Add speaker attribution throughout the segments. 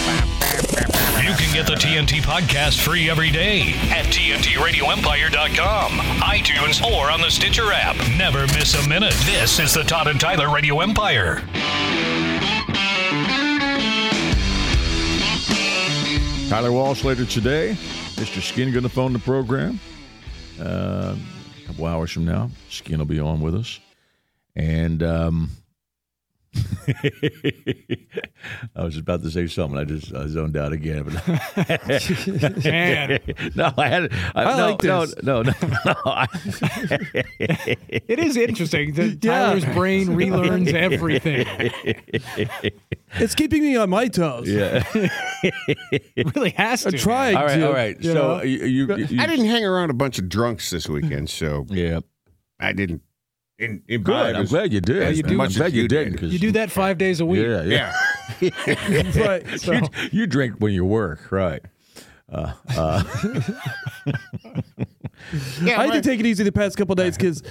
Speaker 1: You can get the TNT podcast free every day at TNTRadioEmpire.com, iTunes, or on the Stitcher app. Never miss a minute. This is the Todd and Tyler Radio Empire.
Speaker 2: Tyler Walsh later today. Mr. Skin going to phone the program. Uh, a couple hours from now, Skin will be on with us. And um, I was about to say something. I just I zoned out again. But
Speaker 3: Man.
Speaker 2: no, I had. I,
Speaker 3: I
Speaker 2: no,
Speaker 3: like this.
Speaker 2: no, no, no, no. I-
Speaker 3: It is interesting that Tyler's brain relearns everything.
Speaker 4: It's keeping me on my toes.
Speaker 2: yeah.
Speaker 3: It really has to.
Speaker 4: I'm trying
Speaker 2: All right.
Speaker 4: to.
Speaker 2: All right.
Speaker 4: you
Speaker 2: So
Speaker 4: know.
Speaker 2: you, you, you-
Speaker 5: I didn't hang around a bunch of drunks this weekend, so
Speaker 2: Yeah.
Speaker 5: I didn't. In, in
Speaker 2: Good. I'm glad you did.
Speaker 3: Yeah, you do.
Speaker 2: I'm glad you did. 'cause-
Speaker 3: You do that five days a week.
Speaker 2: Yeah. Yeah.
Speaker 5: Yeah.
Speaker 4: right. So,
Speaker 2: You, you drink when you work, right?
Speaker 5: yeah
Speaker 4: I had
Speaker 5: my-
Speaker 4: to take it easy the past couple days because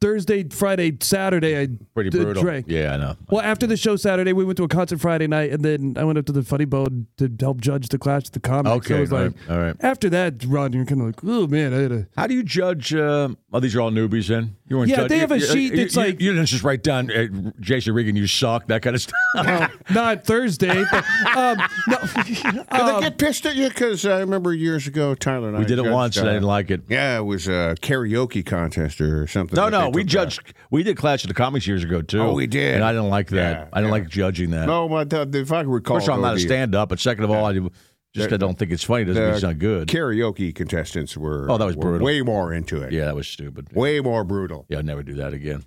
Speaker 4: Thursday, Friday, Saturday, I
Speaker 2: Pretty
Speaker 4: d-
Speaker 2: brutal.
Speaker 4: drank.
Speaker 2: Yeah, I know.
Speaker 4: Well, after the show Saturday, we went to a concert Friday night, and then I went up to the Funny Bone to help judge the Clash of the Comics. So
Speaker 2: Okay,
Speaker 4: I was
Speaker 2: all
Speaker 4: like,
Speaker 2: right, all right.
Speaker 4: After that run, you're kind of like, oh man, I had a.
Speaker 2: How do you judge? Uh, oh, these are all newbies. Then you weren't
Speaker 4: Yeah,
Speaker 2: judge-
Speaker 4: they have a
Speaker 2: you- you-
Speaker 4: sheet
Speaker 2: you-
Speaker 4: that's
Speaker 2: you-
Speaker 4: like-
Speaker 2: you didn't just write down uh, Jason Regan, you suck, that kind of stuff.
Speaker 4: Well, not Thursday. But, um, no,
Speaker 5: Do
Speaker 4: um,
Speaker 5: they get pissed at you? Because I remember years ago, Tyler and I
Speaker 2: uh, we did it
Speaker 5: judged,
Speaker 2: once, and I
Speaker 5: uh,
Speaker 2: didn't like it.
Speaker 5: Yeah, it was a karaoke contest or something.
Speaker 2: No,
Speaker 5: that
Speaker 2: no,
Speaker 5: they
Speaker 2: we
Speaker 5: took
Speaker 2: judged. We did Clash of the Comics years ago too.
Speaker 5: Oh, we did.
Speaker 2: and I didn't like that.
Speaker 5: Yeah,
Speaker 2: I didn't
Speaker 5: yeah.
Speaker 2: like judging that.
Speaker 5: back. No, my, the, if I can recall,
Speaker 2: First of all, I'm
Speaker 5: though,
Speaker 2: not a
Speaker 5: the-
Speaker 2: stand-up, but second of all, I do- just I don't think it's funny. Doesn't mean it's not good.
Speaker 5: Karaoke contestants were.
Speaker 2: Oh, that was
Speaker 5: were
Speaker 2: brutal.
Speaker 5: Way more into it.
Speaker 2: yeah, that was stupid.
Speaker 5: Way more brutal.
Speaker 2: Yeah, I'd never do that again.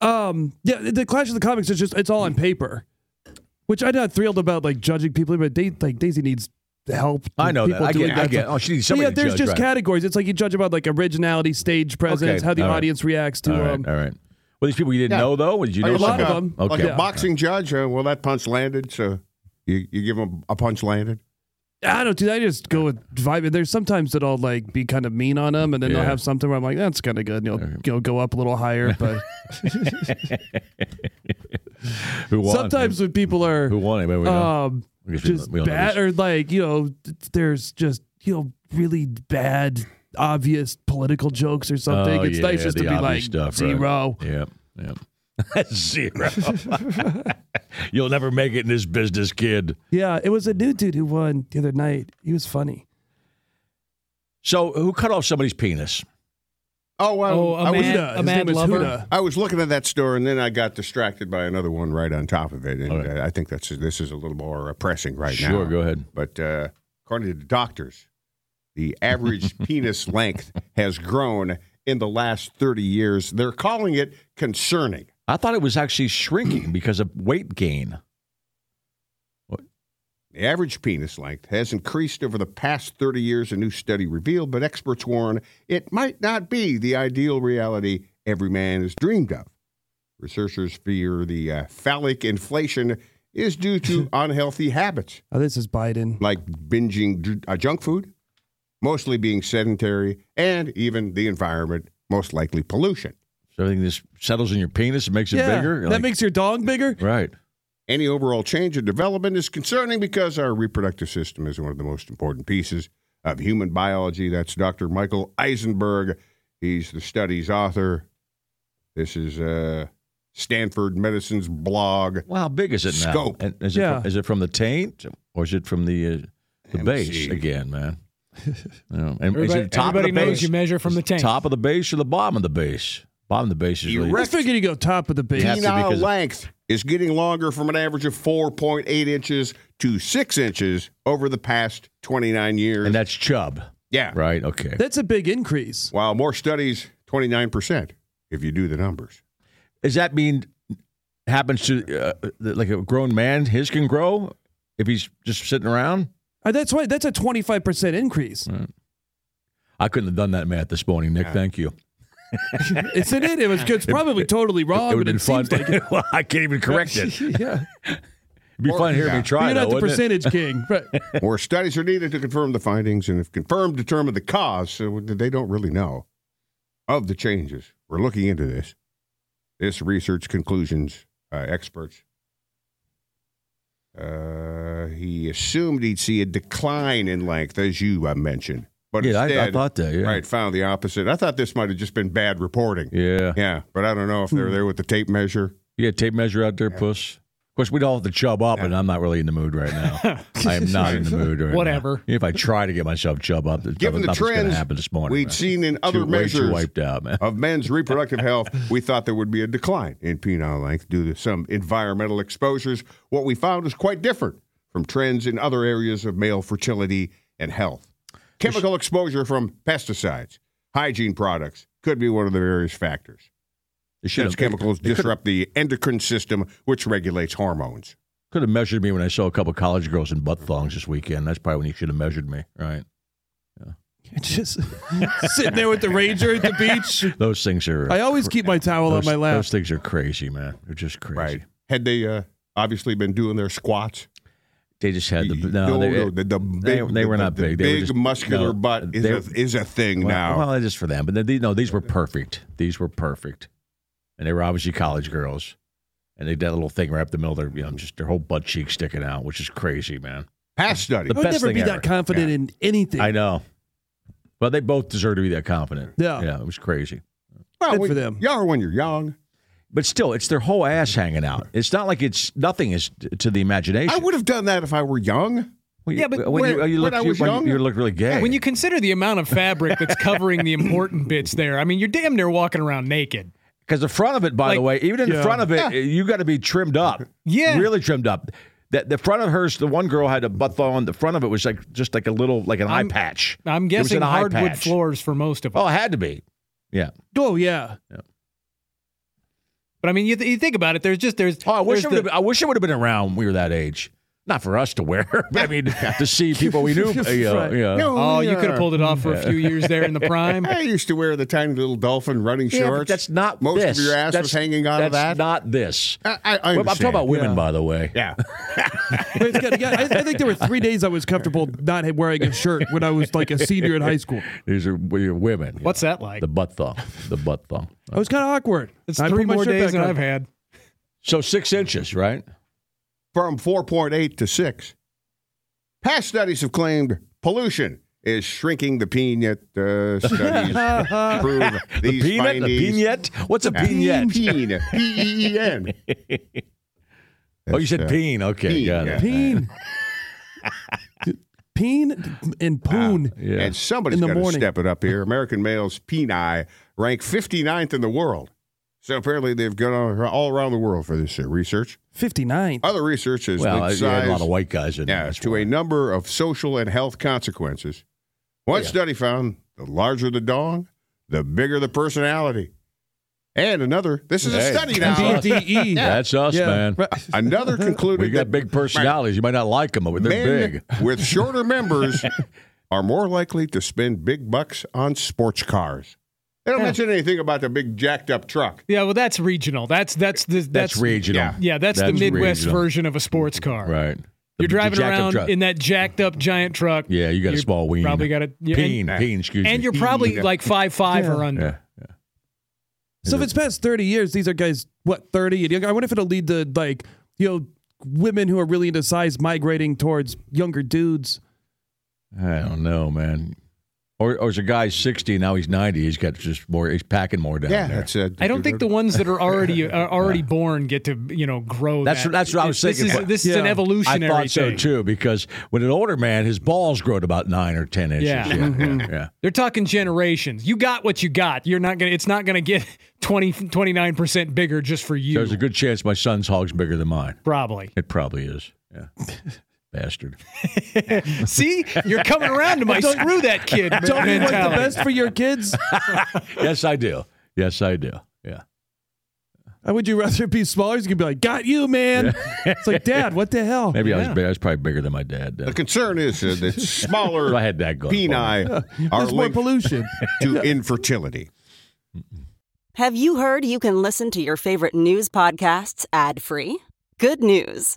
Speaker 4: um, yeah, the Clash of the Comics is just it's all on paper, which I'm not thrilled about, like judging people. But they, like Daisy needs help.
Speaker 2: I know that.
Speaker 4: People
Speaker 2: I
Speaker 4: doing
Speaker 2: get. I
Speaker 4: stuff.
Speaker 2: get. Oh, she needs
Speaker 4: So
Speaker 2: somebody to
Speaker 4: yeah, there's
Speaker 2: judge,
Speaker 4: just
Speaker 2: right.
Speaker 4: categories. It's like you judge about like originality, stage presence,
Speaker 2: Okay,
Speaker 4: how the
Speaker 2: all right.
Speaker 4: audience reacts to
Speaker 2: All right,
Speaker 4: um,
Speaker 2: all right. Well, these people you didn't
Speaker 5: Yeah.
Speaker 2: know though. Did you know
Speaker 4: A lot
Speaker 2: some-
Speaker 4: of them.
Speaker 2: Okay.
Speaker 5: Like
Speaker 4: Yeah.
Speaker 5: a boxing judge. Uh, well, that punch landed, so you, you give them a punch landed.
Speaker 4: I don't do that. I just go with vibe. And there's sometimes that I'll like be kind of mean on them, and then
Speaker 2: Yeah.
Speaker 4: they'll have something where I'm like, that's kind of good. And you'll, you'll go up a little higher. But
Speaker 2: Who won?
Speaker 4: sometimes when people are
Speaker 2: Who won? Anyway, we know.
Speaker 4: um,
Speaker 2: I guess we
Speaker 4: just
Speaker 2: don't- we don't know
Speaker 4: bad,
Speaker 2: this.
Speaker 4: or like, you know, th- there's just, you know, really bad, obvious political jokes or something.
Speaker 2: Oh,
Speaker 4: it's nice
Speaker 2: yeah,
Speaker 4: just to
Speaker 2: the
Speaker 4: be like
Speaker 2: obvious stuff, right.
Speaker 4: zero.
Speaker 2: Yep. Yep. Zero. You'll never make it in this business, kid.
Speaker 4: Yeah, it was a new dude who won the other night. He was funny.
Speaker 2: So, who cut off somebody's penis?
Speaker 5: Oh, well,
Speaker 3: Oh,
Speaker 5: I
Speaker 3: a
Speaker 5: was
Speaker 3: mad,
Speaker 4: Huda.
Speaker 3: a
Speaker 4: His name
Speaker 3: mad
Speaker 4: is
Speaker 3: lover.
Speaker 4: Huda.
Speaker 5: I was looking at that store, and then I got distracted by another one right on top of it, and
Speaker 2: All right.
Speaker 5: uh, I think that's this is a little more uh, pressing right now.
Speaker 2: Sure, go ahead.
Speaker 5: But uh, according to the doctors, the average penis length has grown in the last thirty years. They're calling it concerning.
Speaker 2: I thought it was actually shrinking because of weight gain.
Speaker 5: The average penis length has increased over the past 30 years, a new study revealed, but experts warn it might not be the ideal reality every man has dreamed of. Researchers fear the uh, phallic inflation is due to unhealthy habits
Speaker 4: Oh, this is Biden.
Speaker 5: like binging ju- uh, junk food, mostly being sedentary, and even the environment, most likely pollution.
Speaker 2: So everything just settles in your penis and makes it bigger.
Speaker 4: That
Speaker 2: Like-
Speaker 4: makes your dong bigger.
Speaker 2: right.
Speaker 5: Any overall change in development is concerning because our reproductive system is one of the most important pieces of human biology. That's Dr. Michael Eisenberg. He's the study's author. This is uh, Stanford Medicine's blog.
Speaker 2: Well, how big is it now?
Speaker 5: Scope.
Speaker 2: And is, it
Speaker 4: Yeah.
Speaker 2: from, is it from the taint or is it from the uh, the
Speaker 5: Let me
Speaker 2: base
Speaker 5: see.
Speaker 2: again, man? No. And is
Speaker 3: Everybody,
Speaker 2: it top
Speaker 3: everybody
Speaker 2: of the
Speaker 3: knows
Speaker 2: base?
Speaker 3: you measure from the tank.
Speaker 2: Top of the base or the bottom of the base? Bottom of the base is really
Speaker 4: I figured you go top of the base.
Speaker 2: Yeah. to
Speaker 5: Penile
Speaker 2: because-
Speaker 5: length is getting longer from an average of 4.8 inches to 6 inches over the past 29 years.
Speaker 2: and that's chub.
Speaker 5: Yeah.
Speaker 2: Right. Okay.
Speaker 4: That's a big increase.
Speaker 5: While more studies, 29%, if you do the numbers.
Speaker 2: Does that mean happens to uh, like a grown man? His can grow if he's just sitting around.
Speaker 4: Uh, That's why that's a 25% increase.
Speaker 2: I couldn't have done that math this morning, Nick. Thank you.
Speaker 4: Isn't it? It was it's probably totally wrong,
Speaker 2: it would
Speaker 4: Oh, but
Speaker 2: have been
Speaker 4: it
Speaker 2: fun.
Speaker 4: seems like it.
Speaker 2: well, I can't even correct it. It'd
Speaker 4: yeah.
Speaker 2: be
Speaker 5: Or-
Speaker 2: fun to hear
Speaker 5: yeah.
Speaker 2: me try.
Speaker 4: You're not
Speaker 2: though,
Speaker 4: the
Speaker 2: wouldn't it?
Speaker 4: percentage king. Right.
Speaker 5: More studies are needed to confirm the findings, and if confirmed, determine the cause. So they don't really know of the changes. We're looking into this. This research conclusions, uh, experts. Uh, he assumed he'd see a decline in length, as you uh, mentioned. But
Speaker 2: Yeah, I- I
Speaker 5: instead,
Speaker 2: thought that, yeah.
Speaker 5: Right, found the opposite. I thought this might have just been bad reporting.
Speaker 2: Yeah. Hmm.
Speaker 5: Yeah, but I don't know if they were there with the tape measure.
Speaker 2: You got a tape measure out there, puss? Of course, we'd all have to chub up, and I'm not really in the mood right now. I am not in the mood right now.
Speaker 3: Whatever.
Speaker 2: Even If I try to get myself chub up, there's
Speaker 5: Given the
Speaker 2: nothing's going
Speaker 5: trends
Speaker 2: to happen this morning.
Speaker 5: we'd
Speaker 2: man.
Speaker 5: seen in other
Speaker 2: Too- way too
Speaker 5: measures
Speaker 2: wiped out, man.
Speaker 5: of men's reproductive health, we thought there would be a decline in penile length due to some environmental exposures. What we found is quite different from trends in other areas of male fertility and health. Chemical exposure from pesticides, hygiene products could be one of the various factors.
Speaker 2: They should
Speaker 5: Since
Speaker 2: have,
Speaker 5: chemicals disrupt the endocrine system, which regulates hormones.
Speaker 2: could have measured me when I saw a couple college girls in butt thongs this weekend. That's probably when you should have measured me, right?
Speaker 4: Just sitting there with the ranger at the beach.
Speaker 2: Those things are.
Speaker 4: I always keep my towel
Speaker 2: those,
Speaker 4: on my lap.
Speaker 2: Those things are crazy, man. They're just crazy.
Speaker 5: Had they uh, obviously been doing their squats?
Speaker 2: They just had the
Speaker 5: You-
Speaker 2: no. they,
Speaker 5: no, the, the big,
Speaker 2: they, they were
Speaker 5: the-
Speaker 2: not
Speaker 5: the
Speaker 2: big. They were
Speaker 5: big
Speaker 2: just,
Speaker 5: muscular
Speaker 2: no,
Speaker 5: butt is
Speaker 2: they-
Speaker 5: a, is a thing
Speaker 2: well,
Speaker 5: now.
Speaker 2: Well, just for them, but then these, no, these were perfect. These were perfect, and they were obviously college girls, and they did a little thing right up the middle. Of their you know just their whole butt cheek sticking out, which is crazy, man.
Speaker 5: Past study.
Speaker 4: I would
Speaker 2: best
Speaker 4: never
Speaker 2: thing
Speaker 4: be
Speaker 2: ever.
Speaker 4: that confident in anything.
Speaker 2: I know. Well, they both deserve to be that confident.
Speaker 4: Yeah.
Speaker 2: yeah, it was crazy.
Speaker 5: Well,
Speaker 4: Good
Speaker 5: when-
Speaker 4: for them.
Speaker 5: You are when you're young.
Speaker 2: But still, it's their whole ass hanging out. It's not like it's nothing is to the imagination.
Speaker 5: I would have done that if I were young.
Speaker 2: Well, you-
Speaker 3: Yeah, but
Speaker 2: when, you,
Speaker 3: when-
Speaker 2: you
Speaker 5: when
Speaker 2: look,
Speaker 5: I was
Speaker 2: you,
Speaker 5: young-
Speaker 2: you look really gay.
Speaker 3: When you consider the amount of fabric that's covering the important bits there, I mean, you're damn near walking around naked.
Speaker 2: Because the front of it, by the way,
Speaker 3: Like-
Speaker 2: even in the
Speaker 4: Yeah.
Speaker 2: front of it, you got to be trimmed up.
Speaker 3: Yeah.
Speaker 2: really trimmed up. That the front of hers, the one girl had a butt on. The front of it was like just like a little like an eye
Speaker 3: I'm-
Speaker 2: patch. It
Speaker 3: I'm
Speaker 2: was
Speaker 3: guessing
Speaker 2: an eye
Speaker 3: hardwood
Speaker 2: patch.
Speaker 3: floors for most of them.
Speaker 2: Oh, it had to be. Yeah.
Speaker 4: Oh yeah.
Speaker 3: But I mean, you, th- you think about it. There's just there's.
Speaker 2: Oh, I wish it would
Speaker 3: there's
Speaker 2: have
Speaker 3: the-
Speaker 2: been, I wish it would have been around when we were that age. Not for us to wear, but I mean to see people we knew. uh, you know,
Speaker 4: Right.
Speaker 2: you know.
Speaker 3: Oh, you could have pulled it off for a few years there in the prime.
Speaker 5: I used to wear the tiny little dolphin running
Speaker 2: Yeah, but
Speaker 5: shorts.
Speaker 2: that's not
Speaker 5: most
Speaker 2: this.
Speaker 5: of your ass
Speaker 2: that's,
Speaker 5: was hanging out
Speaker 2: that's
Speaker 5: of that.
Speaker 2: Not this.
Speaker 5: I, I, I
Speaker 2: Well, I'm talking
Speaker 5: understand.
Speaker 2: about women, by the way.
Speaker 5: yeah.
Speaker 4: But it's got- yeah, I, I think there were three days I was comfortable not wearing a shirt when I was like a senior in high school.
Speaker 2: These are we are women.
Speaker 3: What's that like?
Speaker 2: The butt thumb. The butt thumb.
Speaker 4: I was kind of awkward.
Speaker 3: it's
Speaker 4: I
Speaker 3: three
Speaker 4: put my
Speaker 3: more
Speaker 4: shirt
Speaker 3: days
Speaker 4: back
Speaker 3: than
Speaker 4: on.
Speaker 3: I've had.
Speaker 2: So six inches, right?
Speaker 5: From 4.8 to 6. Past studies have claimed pollution is shrinking the peen, yet uh, studies prove these
Speaker 2: the peanut?
Speaker 5: findings.
Speaker 2: The vignette? What's a
Speaker 5: Peen,
Speaker 2: vignette?
Speaker 5: peen, P-E-E-N.
Speaker 2: Oh, you said
Speaker 5: That's, uh,
Speaker 2: peen. Okay,
Speaker 5: peen,
Speaker 2: got it.
Speaker 4: Peen. Peen and poon.
Speaker 2: Yeah.
Speaker 5: And
Speaker 4: In
Speaker 5: somebody's
Speaker 4: the
Speaker 5: got to
Speaker 4: morning.
Speaker 5: step it up here. American males' peni rank 59th in the world. So apparently they've gone all- all around the world for this uh, research.
Speaker 4: 59.
Speaker 5: Other research has
Speaker 2: well,
Speaker 5: linked
Speaker 2: you had a lot
Speaker 5: size-
Speaker 2: of white guys in
Speaker 5: yeah,
Speaker 2: there. that's
Speaker 5: to
Speaker 2: why.
Speaker 5: a number of social and health consequences. One study found the larger the dong, the bigger the personality. And another, this is
Speaker 2: Hey.
Speaker 5: a study now.
Speaker 4: DDE.
Speaker 2: That's us,
Speaker 4: Yeah.
Speaker 2: man.
Speaker 4: Right.
Speaker 5: another concluded
Speaker 2: We got
Speaker 5: that
Speaker 2: big personalities. You might not like them, but they're
Speaker 5: men
Speaker 2: big.
Speaker 5: with shorter members are more likely to spend big bucks on sports cars. They don't mention anything about the big jacked up truck.
Speaker 3: Yeah, well, that's regional. That's that's the,
Speaker 2: That's,
Speaker 3: that's,
Speaker 2: regional.
Speaker 5: yeah.
Speaker 3: Yeah, that's,
Speaker 2: That's
Speaker 3: the Midwest
Speaker 2: regional.
Speaker 3: version of a sports car.
Speaker 2: Right. The-
Speaker 3: You're
Speaker 2: the
Speaker 3: driving
Speaker 2: jacked-up
Speaker 3: around
Speaker 2: truck.
Speaker 3: in that jacked up giant truck.
Speaker 2: Yeah, you got a
Speaker 3: you're
Speaker 2: small ween.
Speaker 3: Probably got a yeah,
Speaker 2: peen.
Speaker 3: And,
Speaker 2: peen, excuse
Speaker 3: and
Speaker 2: me.
Speaker 3: you're probably
Speaker 5: Yeah.
Speaker 3: like five five or under.
Speaker 2: Yeah.
Speaker 4: So if it's past 30 years, these are guys, what, 30 and younger? I wonder if it'll lead to, like, you know, women who are really into size migrating towards younger dudes.
Speaker 2: I don't know, man. Or, or is a guy 60 now he's 90. He's got just more, he's packing more down
Speaker 5: Yeah,
Speaker 2: there.
Speaker 5: that's uh, it.
Speaker 3: I don't think the ones that are already are already born get to you know grow.
Speaker 2: That's
Speaker 3: that.
Speaker 2: what- that's what I was
Speaker 3: This
Speaker 2: thinking.
Speaker 3: is- This is an
Speaker 4: Yeah.
Speaker 2: I
Speaker 3: evolutionary
Speaker 2: thought so
Speaker 3: thing.
Speaker 2: too, because with an older man, his balls grow to about nine or 10 inches.
Speaker 3: Yeah.
Speaker 2: yeah, yeah, yeah.
Speaker 3: They're talking generations. You got what you got. You're not gonna. It's not gonna get 20 29 percent bigger just for you.
Speaker 2: There's a good chance my son's hog's bigger than mine.
Speaker 3: probably.
Speaker 2: It probably is. Yeah. bastard.
Speaker 3: See, you're coming around to my screw that kid.
Speaker 4: Don't you want the
Speaker 3: mentality.
Speaker 4: best for your kids?
Speaker 2: Yes, I do. Yes, I do. Yeah.
Speaker 4: Uh, Would you rather be smaller? You could be like, got you, man. It's like, Dad, what the hell?
Speaker 2: Maybe I was big. I was probably bigger than my dad.
Speaker 5: The
Speaker 2: Did.
Speaker 5: concern is uh, that smaller
Speaker 2: I had that going. for me.
Speaker 5: peni are
Speaker 4: There's more
Speaker 5: linked
Speaker 4: pollution.
Speaker 5: to infertility.
Speaker 6: Have you heard you can listen to your favorite news podcasts ad free? Good news!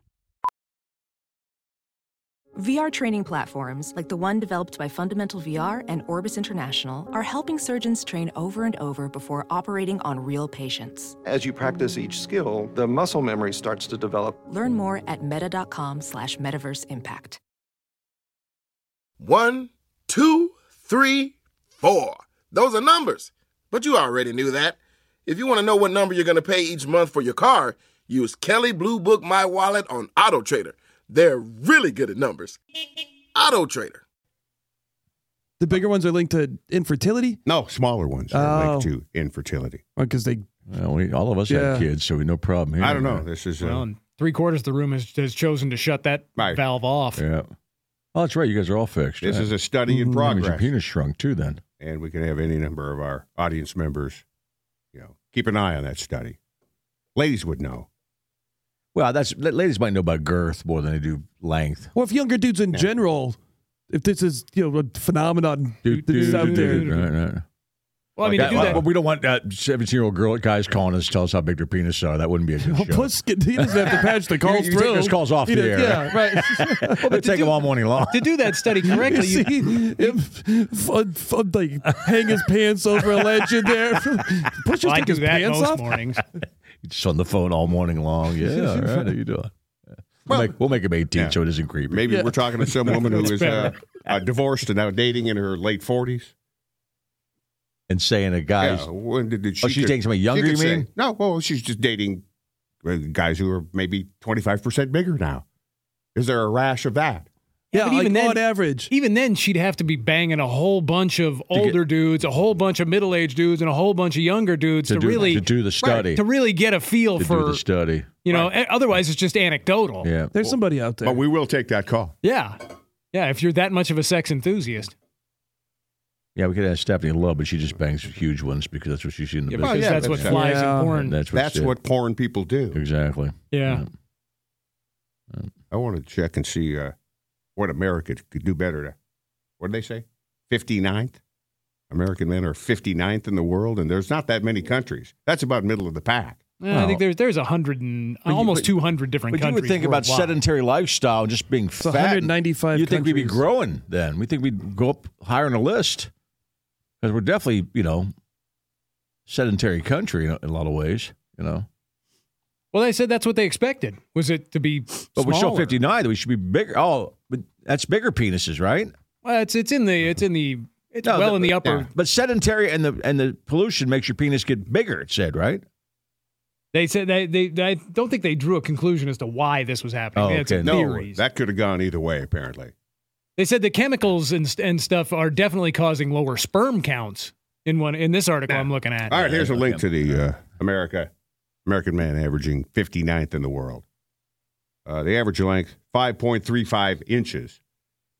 Speaker 7: VR training platforms, like the one developed by Fundamental VR and Orbis International, are helping surgeons train over and over before operating on real patients.
Speaker 8: As you practice each skill, the muscle memory starts to develop.
Speaker 7: Learn more at meta.com slash metaverse impact.
Speaker 9: One, two, three, four. Those are numbers. But you already knew that. If you want to know what number you're going to pay each month for your car, use Kelly Blue Book My Wallet on Auto Trader. They're really good at numbers. Auto Trader.
Speaker 4: the bigger ones are linked to infertility
Speaker 5: No, smaller ones are linked
Speaker 4: Oh.
Speaker 5: to infertility.
Speaker 4: because they
Speaker 2: Well, we, all of us
Speaker 4: Yeah.
Speaker 2: had kids, so we no problem here.
Speaker 5: I don't know. This is uh,
Speaker 3: Well, and three quarters of the room has, has chosen to shut that
Speaker 5: Right.
Speaker 3: valve off.
Speaker 2: Yeah. Oh, that's right. You guys are all fixed.
Speaker 5: this
Speaker 2: yeah.
Speaker 5: is a study in
Speaker 2: That means Your
Speaker 5: progress,
Speaker 2: penis shrunk too. Then.
Speaker 5: and we can have any number of our audience members, you know, keep an eye on that study. Ladies would know.
Speaker 2: Well, that's la- ladies might know about girth more than they do length.
Speaker 4: Well, if younger dudes in general, if this is you know a phenomenon
Speaker 2: Do,
Speaker 4: that's
Speaker 2: do,
Speaker 4: out
Speaker 2: do,
Speaker 4: there,
Speaker 2: do, do. Right, right.
Speaker 3: Well, I mean, to
Speaker 2: That-
Speaker 3: do that.
Speaker 2: But we don't want uh, seventeen-year-old girl guys calling us to tell us how big their penis are. That wouldn't be a good
Speaker 4: Well,
Speaker 2: show.
Speaker 4: Oh, plus he doesn't have to patch the calls
Speaker 2: you take
Speaker 4: through.
Speaker 2: those calls off
Speaker 4: He
Speaker 2: the
Speaker 4: does-
Speaker 2: air.
Speaker 4: Yeah, right.
Speaker 2: They take them all morning long.
Speaker 3: to do that study
Speaker 4: You
Speaker 3: correctly,
Speaker 4: see
Speaker 3: you,
Speaker 4: him fun, fun, like hang his pants over a ledge in there. Push
Speaker 3: Well,
Speaker 4: his,
Speaker 3: I
Speaker 4: take
Speaker 3: do
Speaker 4: his
Speaker 3: that
Speaker 4: pants
Speaker 3: most
Speaker 4: off.
Speaker 3: mornings.
Speaker 2: Just on the phone all morning long. Yeah. all right, how you doing? Yeah. We'll, make, we'll make him eighteen,
Speaker 5: Yeah.
Speaker 2: so it isn't creepy.
Speaker 5: Maybe we're talking to some woman who
Speaker 3: That's
Speaker 5: is uh,
Speaker 3: better.
Speaker 5: uh, divorced and now dating in her late forties.
Speaker 2: And saying a guy's
Speaker 5: when did, did she
Speaker 2: Oh, she's dating somebody younger,
Speaker 5: could
Speaker 2: you
Speaker 5: say-
Speaker 2: mean?
Speaker 5: no, well, she's just dating uh, guys who are maybe twenty five percent bigger now. Is there a rash of that?
Speaker 4: Yeah,
Speaker 3: but
Speaker 4: like
Speaker 3: even then-
Speaker 4: on average.
Speaker 3: Even then, she'd have to be banging a whole bunch of older dudes, a whole bunch of middle-aged dudes, and a whole bunch of younger dudes to,
Speaker 2: do,
Speaker 3: really
Speaker 2: to do the study.
Speaker 3: to really get a feel
Speaker 2: to do
Speaker 3: for
Speaker 2: the study.
Speaker 3: you know. eh, Otherwise, it's just anecdotal.
Speaker 2: Yeah.
Speaker 4: There's somebody out there.
Speaker 5: But we will take that call.
Speaker 3: yeah, Yeah, If you're that much of a sex enthusiast,
Speaker 2: Yeah, we could ask Stephanie Love, but she just bangs huge ones because that's what she's in the
Speaker 3: yeah,
Speaker 2: business.
Speaker 3: because
Speaker 5: yeah,
Speaker 3: that's what
Speaker 5: that's-
Speaker 3: flies
Speaker 4: Yeah.
Speaker 3: in porn.
Speaker 2: That's what.
Speaker 5: That's
Speaker 2: she-
Speaker 5: what porn people do.
Speaker 2: Exactly.
Speaker 3: yeah.
Speaker 5: I want to check and see uh, what America could do better. To, what did they say? 59th? American men are 59th in the world, and there's not that many countries. That's about middle of the pack.
Speaker 3: Eh, I think there's there's a hundred and
Speaker 2: you-
Speaker 3: almost
Speaker 2: but-
Speaker 3: two hundred different
Speaker 2: But you
Speaker 3: countries.
Speaker 2: would think about
Speaker 3: worldwide.
Speaker 2: sedentary lifestyle and just being fat.
Speaker 4: 195
Speaker 2: You think we'd be
Speaker 4: countries.
Speaker 2: growing then? We think we'd go up higher on the list because we're definitely you know sedentary country in a, in a lot of ways. You know,
Speaker 3: Well, they said that's what they expected. Was it to be?
Speaker 2: but we're still
Speaker 3: smaller?
Speaker 2: fifty nine. We should be bigger. Oh, but that's bigger penises, right?
Speaker 3: Well, it's it's in the it's in the it's
Speaker 2: No,
Speaker 3: well
Speaker 2: the-
Speaker 3: in the upper.
Speaker 5: yeah.
Speaker 2: But sedentary and the and the pollution makes your penis get bigger. It said right.
Speaker 3: They said they, they I don't think they drew a conclusion as to why this was happening.
Speaker 2: Oh,
Speaker 3: they had
Speaker 2: okay.
Speaker 3: some
Speaker 5: No,
Speaker 3: theories.
Speaker 5: that could have gone either way, apparently.
Speaker 3: they said the chemicals and st- and stuff are definitely causing lower sperm counts in one in this article I'm looking at.
Speaker 5: All right, here's a link to
Speaker 2: okay.
Speaker 5: the uh, America American man averaging 59th in the world. Uh, the average length 5.35 inches,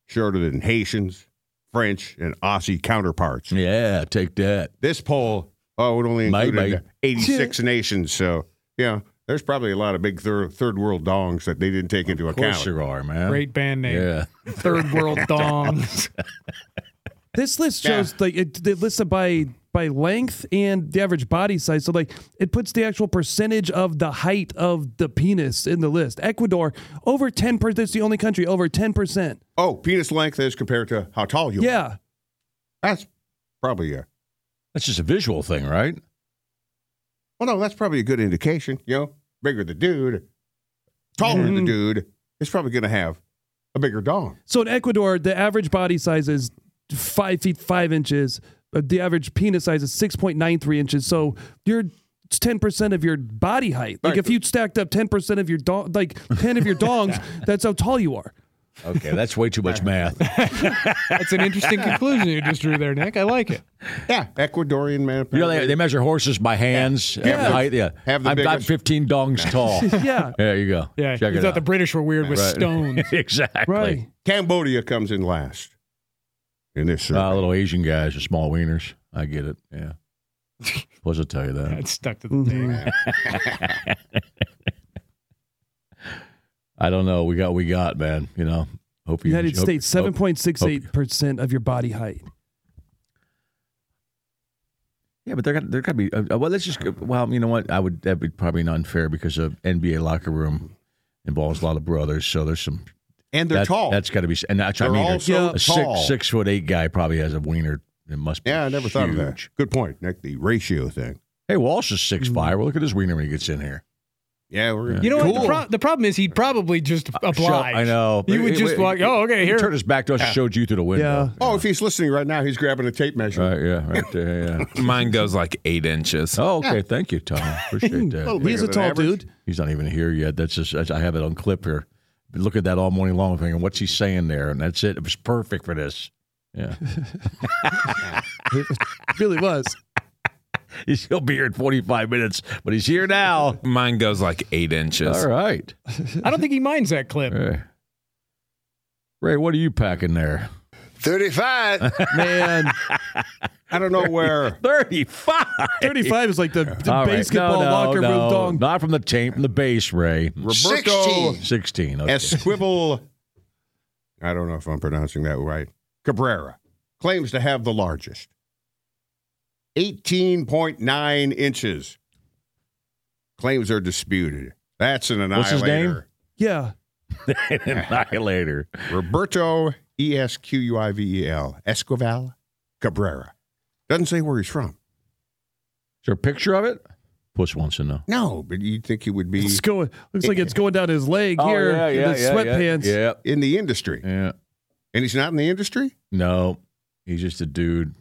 Speaker 5: shorter than Haitians, French, and Aussie counterparts.
Speaker 2: Yeah, take that.
Speaker 5: This poll, oh, it only
Speaker 2: Mate, mate.
Speaker 5: included 86 nations. So, yeah, there's probably a lot of big thir- third world dongs that they didn't take into
Speaker 2: Of course
Speaker 5: account.
Speaker 2: there are, man.
Speaker 3: Great band name.
Speaker 2: Yeah.
Speaker 3: Third World Dongs.
Speaker 4: This list shows like it, it lists it by by length and the average body size. So like it puts the actual percentage of the height of the penis in the list. Ecuador over ten percent. That's the only country over ten percent.
Speaker 5: Oh, penis length as compared to how tall you are.
Speaker 4: Yeah,
Speaker 5: That's probably a,
Speaker 2: That's just a visual thing, right?
Speaker 5: well, Oh, no, that's probably a good indication. You know, bigger the dude, taller the
Speaker 2: Mm-hmm.
Speaker 3: Mhm.
Speaker 5: dude, is probably going to have a bigger dong.
Speaker 4: So in Ecuador, the average body size is five feet five inches. Uh, The average penis size is six point nine three inches. So your ten percent of your body height. Like
Speaker 5: Right.
Speaker 4: if you stacked up ten percent of your dong, like ten of your dongs, that's how tall you are.
Speaker 2: Okay, that's way too much math.
Speaker 3: That's an interesting conclusion you just drew there, Nick. I like it.
Speaker 5: Yeah, Ecuadorian man.
Speaker 2: You know,
Speaker 5: apparently.
Speaker 2: they, they measure horses by hands. Yeah.
Speaker 5: Have the-
Speaker 2: height, yeah.
Speaker 5: have the
Speaker 2: I'm, I'm
Speaker 5: biggest-
Speaker 2: 15 dongs tall.
Speaker 4: Yeah,
Speaker 2: There you go.
Speaker 3: Yeah,
Speaker 2: Check
Speaker 3: you
Speaker 2: it
Speaker 3: thought
Speaker 2: out.
Speaker 3: the British were weird with
Speaker 2: Right.
Speaker 3: stones.
Speaker 2: exactly.
Speaker 4: right.
Speaker 5: Cambodia comes in last in this survey.
Speaker 2: Ah, little Asian guys with small wieners. I get it. Yeah. Plus, I'll tell you
Speaker 3: Yeah,
Speaker 2: that.
Speaker 3: it's stuck to the thing.
Speaker 2: I don't know. We got, we got, man. You know, hope you
Speaker 4: United
Speaker 2: hope-
Speaker 4: States,
Speaker 2: hope-
Speaker 4: seven point
Speaker 2: Oh.
Speaker 4: six eight percent of your body height.
Speaker 2: Yeah, but there got there got to be. Uh, well, let's just. go- Well, you know what? I would that'd be probably not unfair because a NBA locker room involves a lot of brothers, so there's some.
Speaker 5: and they're
Speaker 2: that-
Speaker 5: tall.
Speaker 2: That's got to be. And that's
Speaker 5: they're
Speaker 2: I mean,
Speaker 5: also
Speaker 2: a
Speaker 5: tall.
Speaker 2: six six foot eight guy probably has a wiener. It must. be
Speaker 5: Yeah, I never thought of that.
Speaker 2: huge.
Speaker 5: Good point, Nick. The ratio thing.
Speaker 2: Hey, Walsh is
Speaker 5: Mm-hmm.
Speaker 2: six five. Well, look at his wiener when he gets in here.
Speaker 5: Yeah, we're
Speaker 3: You know
Speaker 5: cool.
Speaker 3: what? The, pro- the problem is he'd probably just oblige.
Speaker 2: Show- Uh, I know.
Speaker 3: You would
Speaker 2: Hey,
Speaker 3: just
Speaker 2: wait,
Speaker 3: walk. Oh, okay.
Speaker 2: he
Speaker 3: Here.
Speaker 2: turned his back to us. and Showed you through the window.
Speaker 5: Oh, if he's listening right now, he's grabbing a tape measure.
Speaker 2: Right. Yeah. Right there. Yeah.
Speaker 10: Mine goes like eight inches.
Speaker 2: Oh, okay. Thank you, Tom. Appreciate
Speaker 5: A little
Speaker 2: that.
Speaker 5: bigger
Speaker 4: He's a
Speaker 5: than
Speaker 4: tall
Speaker 5: average.
Speaker 4: dude.
Speaker 2: He's not even here yet. That's just that's, I have it on clip here. Been looking at that all morning long, thinking, what's he saying there? And that's it. It was perfect for this. Yeah,
Speaker 4: really was.
Speaker 2: he'll be here in forty five minutes, but he's here now.
Speaker 10: Mine goes like eight inches.
Speaker 2: All right,
Speaker 3: I don't think he minds that clip.
Speaker 2: Hey. Ray, what are you packing there?
Speaker 10: 35.
Speaker 4: Man,
Speaker 5: I don't know where.
Speaker 2: Thirty five.
Speaker 4: 35 is like the, the basketball locker room dong.
Speaker 2: Not from the tape, from the base, Ray.
Speaker 5: Roberto
Speaker 10: 16.
Speaker 2: Sixteen. Okay.
Speaker 5: Esquivel. I don't know if I'm pronouncing that right. Cabrera claims to have the largest, eighteen point nine inches. Claims are disputed. That's an annihilator.
Speaker 2: What's his name?
Speaker 4: Yeah.
Speaker 2: Annihilator.
Speaker 5: Roberto E S Q U I V E L Esquivel Cabrera. Doesn't say where he's from.
Speaker 2: Is there a picture of it? Puss wants to know.
Speaker 5: No, but you'd think he would be
Speaker 4: It's going, looks like it's going down his leg
Speaker 5: Oh,
Speaker 4: here in the sweatpants.
Speaker 2: Yeah,
Speaker 5: in the industry.
Speaker 2: yeah.
Speaker 5: And he's not in the industry?
Speaker 2: No, he's just a dude.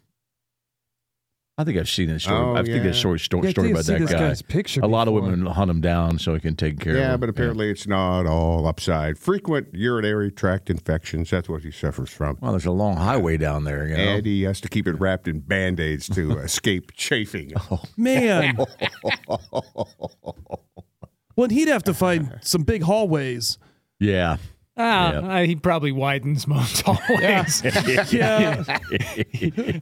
Speaker 2: I think I've seen that story.
Speaker 5: Oh,
Speaker 2: I think
Speaker 5: yeah.
Speaker 2: that story, story,
Speaker 4: Yeah, I
Speaker 2: story
Speaker 4: think
Speaker 2: about
Speaker 4: I've seen
Speaker 2: that
Speaker 4: this
Speaker 2: guy.
Speaker 4: guy's picture
Speaker 2: A lot of
Speaker 4: before.
Speaker 2: women hunt him down so he can take care
Speaker 5: yeah,
Speaker 2: of him.
Speaker 5: but apparently it's not all upside. Frequent urinary tract infections. That's what he suffers from.
Speaker 2: Well, there's a long highway down there, you know.
Speaker 5: And he has to keep it wrapped in band aids to escape chafing.
Speaker 2: Oh.
Speaker 4: Man. well, he'd have to find some big hallways.
Speaker 2: Yeah.
Speaker 3: Ah,
Speaker 2: Yep.
Speaker 3: uh, he probably widens most hallways.
Speaker 4: Yeah.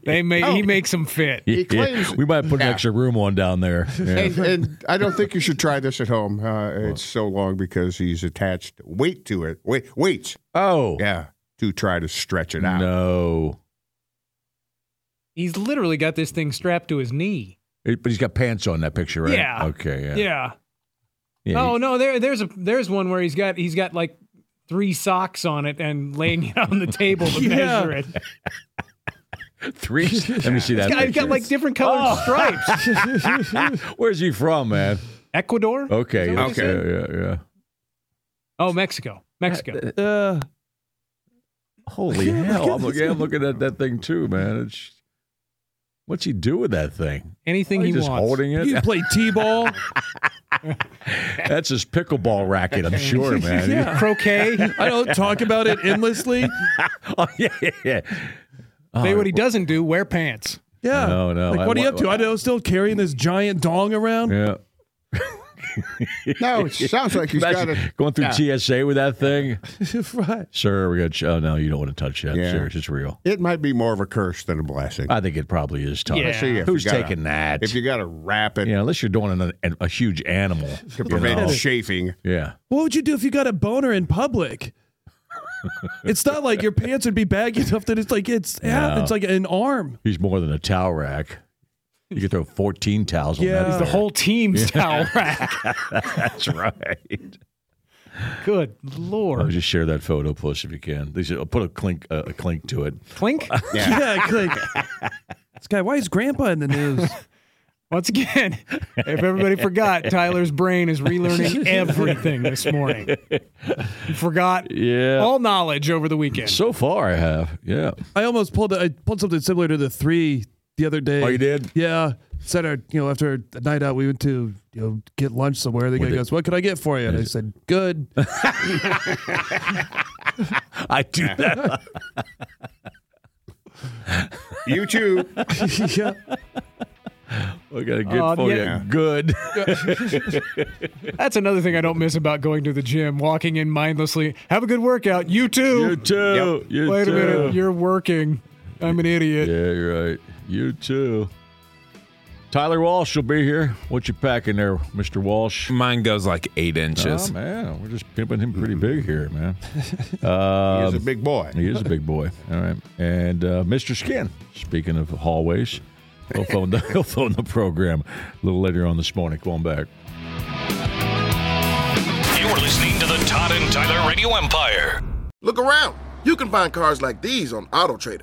Speaker 3: they may he makes them fit.
Speaker 5: He claims-
Speaker 2: we might put an
Speaker 5: Yeah.
Speaker 2: extra room on down there. Yeah.
Speaker 5: and, and I don't think you should try this at home. Uh, it's so long because he's attached weight to it. Wait, weights.
Speaker 2: oh,
Speaker 5: Yeah, to try to stretch it out.
Speaker 2: no.
Speaker 3: He's literally got this thing strapped to his knee.
Speaker 2: It- but he's got pants on that picture, right?
Speaker 3: Yeah.
Speaker 2: Okay. Yeah.
Speaker 3: Yeah.
Speaker 2: Yeah,
Speaker 3: oh no, there there's a there's one where he's got he's got like three socks on it and laying it on the table to
Speaker 4: Yeah.
Speaker 3: measure it.
Speaker 2: Three. Let me see that.
Speaker 3: He's got, he's got
Speaker 2: picture.
Speaker 3: like different colored stripes.
Speaker 2: Where's he from, man?
Speaker 3: Ecuador?
Speaker 2: Okay.
Speaker 3: Is that what he
Speaker 2: Yeah,
Speaker 3: said?
Speaker 2: yeah, yeah.
Speaker 3: Oh, Mexico. Mexico.
Speaker 4: Uh,
Speaker 2: Holy hell! I'm, look- yeah, I'm looking at that thing too, man. It's what's he do with that thing?
Speaker 3: Anything
Speaker 2: oh, He's
Speaker 3: he
Speaker 2: just
Speaker 3: wants.
Speaker 2: holding
Speaker 4: you
Speaker 2: it.
Speaker 4: can play T ball.
Speaker 2: That's his pickleball racket, I'm sure, man.
Speaker 4: Yeah.
Speaker 3: Croquet.
Speaker 4: I don't talk about it endlessly.
Speaker 2: oh, yeah, yeah, yeah. Oh,
Speaker 3: Say what he doesn't do, wear pants.
Speaker 4: Yeah.
Speaker 2: No, no, I-
Speaker 4: Like, what are you
Speaker 2: what-
Speaker 4: up to? I know, still carrying this giant dong around.
Speaker 2: Yeah.
Speaker 5: No, it sounds like he's got
Speaker 2: Imagine
Speaker 5: a
Speaker 2: going through TSA with that thing,
Speaker 4: right.
Speaker 2: sir. We got. you- Oh no, you don't want to touch that.
Speaker 5: Yeah.
Speaker 2: Serious, it's real.
Speaker 5: It might be more of a curse than a blessing.
Speaker 2: I think it probably is Tom.
Speaker 3: Yeah.
Speaker 5: Especially if
Speaker 2: Uh, Who's
Speaker 5: you gotta-
Speaker 2: taking that?
Speaker 5: If you got to wrap it
Speaker 2: yeah, unless you're doing an, an, a huge animal.
Speaker 5: to
Speaker 2: you
Speaker 5: prevent
Speaker 2: know.
Speaker 5: chafing,
Speaker 2: Yeah.
Speaker 4: What would you do if you got a boner in public? it's not like your pants would be baggy enough that it's like it's
Speaker 2: No.
Speaker 4: it's like an arm.
Speaker 2: He's more than a towel rack. You could throw 14 towels on
Speaker 4: Yeah.
Speaker 2: that.
Speaker 4: He's
Speaker 3: The
Speaker 2: thing.
Speaker 3: whole team's towel rack.
Speaker 2: That's right.
Speaker 3: Good
Speaker 2: Oh, Or
Speaker 3: lord.
Speaker 2: just share that photo, plus if you can. They should put a clink, uh, a clink to it.
Speaker 3: Clink.
Speaker 4: Yeah, it's like this guy. Why is Grandpa in the news?
Speaker 3: Once again, if everybody forgot, Tyler's brain is relearning everything this morning. He forgot
Speaker 2: Yeah.
Speaker 3: all knowledge over the weekend.
Speaker 2: So far, I have. Yeah.
Speaker 4: I almost pulled I pulled something similar to the three the other day.
Speaker 2: Oh, you did?
Speaker 4: Yeah, said our you know after a night out we went to you know get lunch somewhere. The guy
Speaker 10: With it-
Speaker 4: goes, "What can I get for you?" And I said, "Good."
Speaker 10: I do that.
Speaker 5: you too.
Speaker 4: yeah.
Speaker 2: We got a good
Speaker 3: Oh,
Speaker 2: for
Speaker 3: yeah.
Speaker 2: you. Good.
Speaker 3: That's another thing I don't miss about going to the gym, walking in mindlessly. Have a good workout. You too.
Speaker 2: you too. You
Speaker 3: Wait
Speaker 2: too.
Speaker 3: a minute. You're working. I'm an idiot.
Speaker 2: Yeah, you're right. You too. Tyler Walsh will be here. What you packing there, Mr. Walsh?
Speaker 10: Mine goes like eight inches.
Speaker 4: Um,
Speaker 2: Oh, man, we're just pimping him pretty big here, man.
Speaker 5: He's a
Speaker 2: Um,
Speaker 5: big boy.
Speaker 2: he is a big boy. All right. And uh, Mr. Skin, speaking of hallways, he'll phone, the, he'll phone the program a little later on this morning. Come on back.
Speaker 1: You're listening to the Todd and Tyler Radio Empire.
Speaker 9: Look around. You can find cars like these on AutoTrader.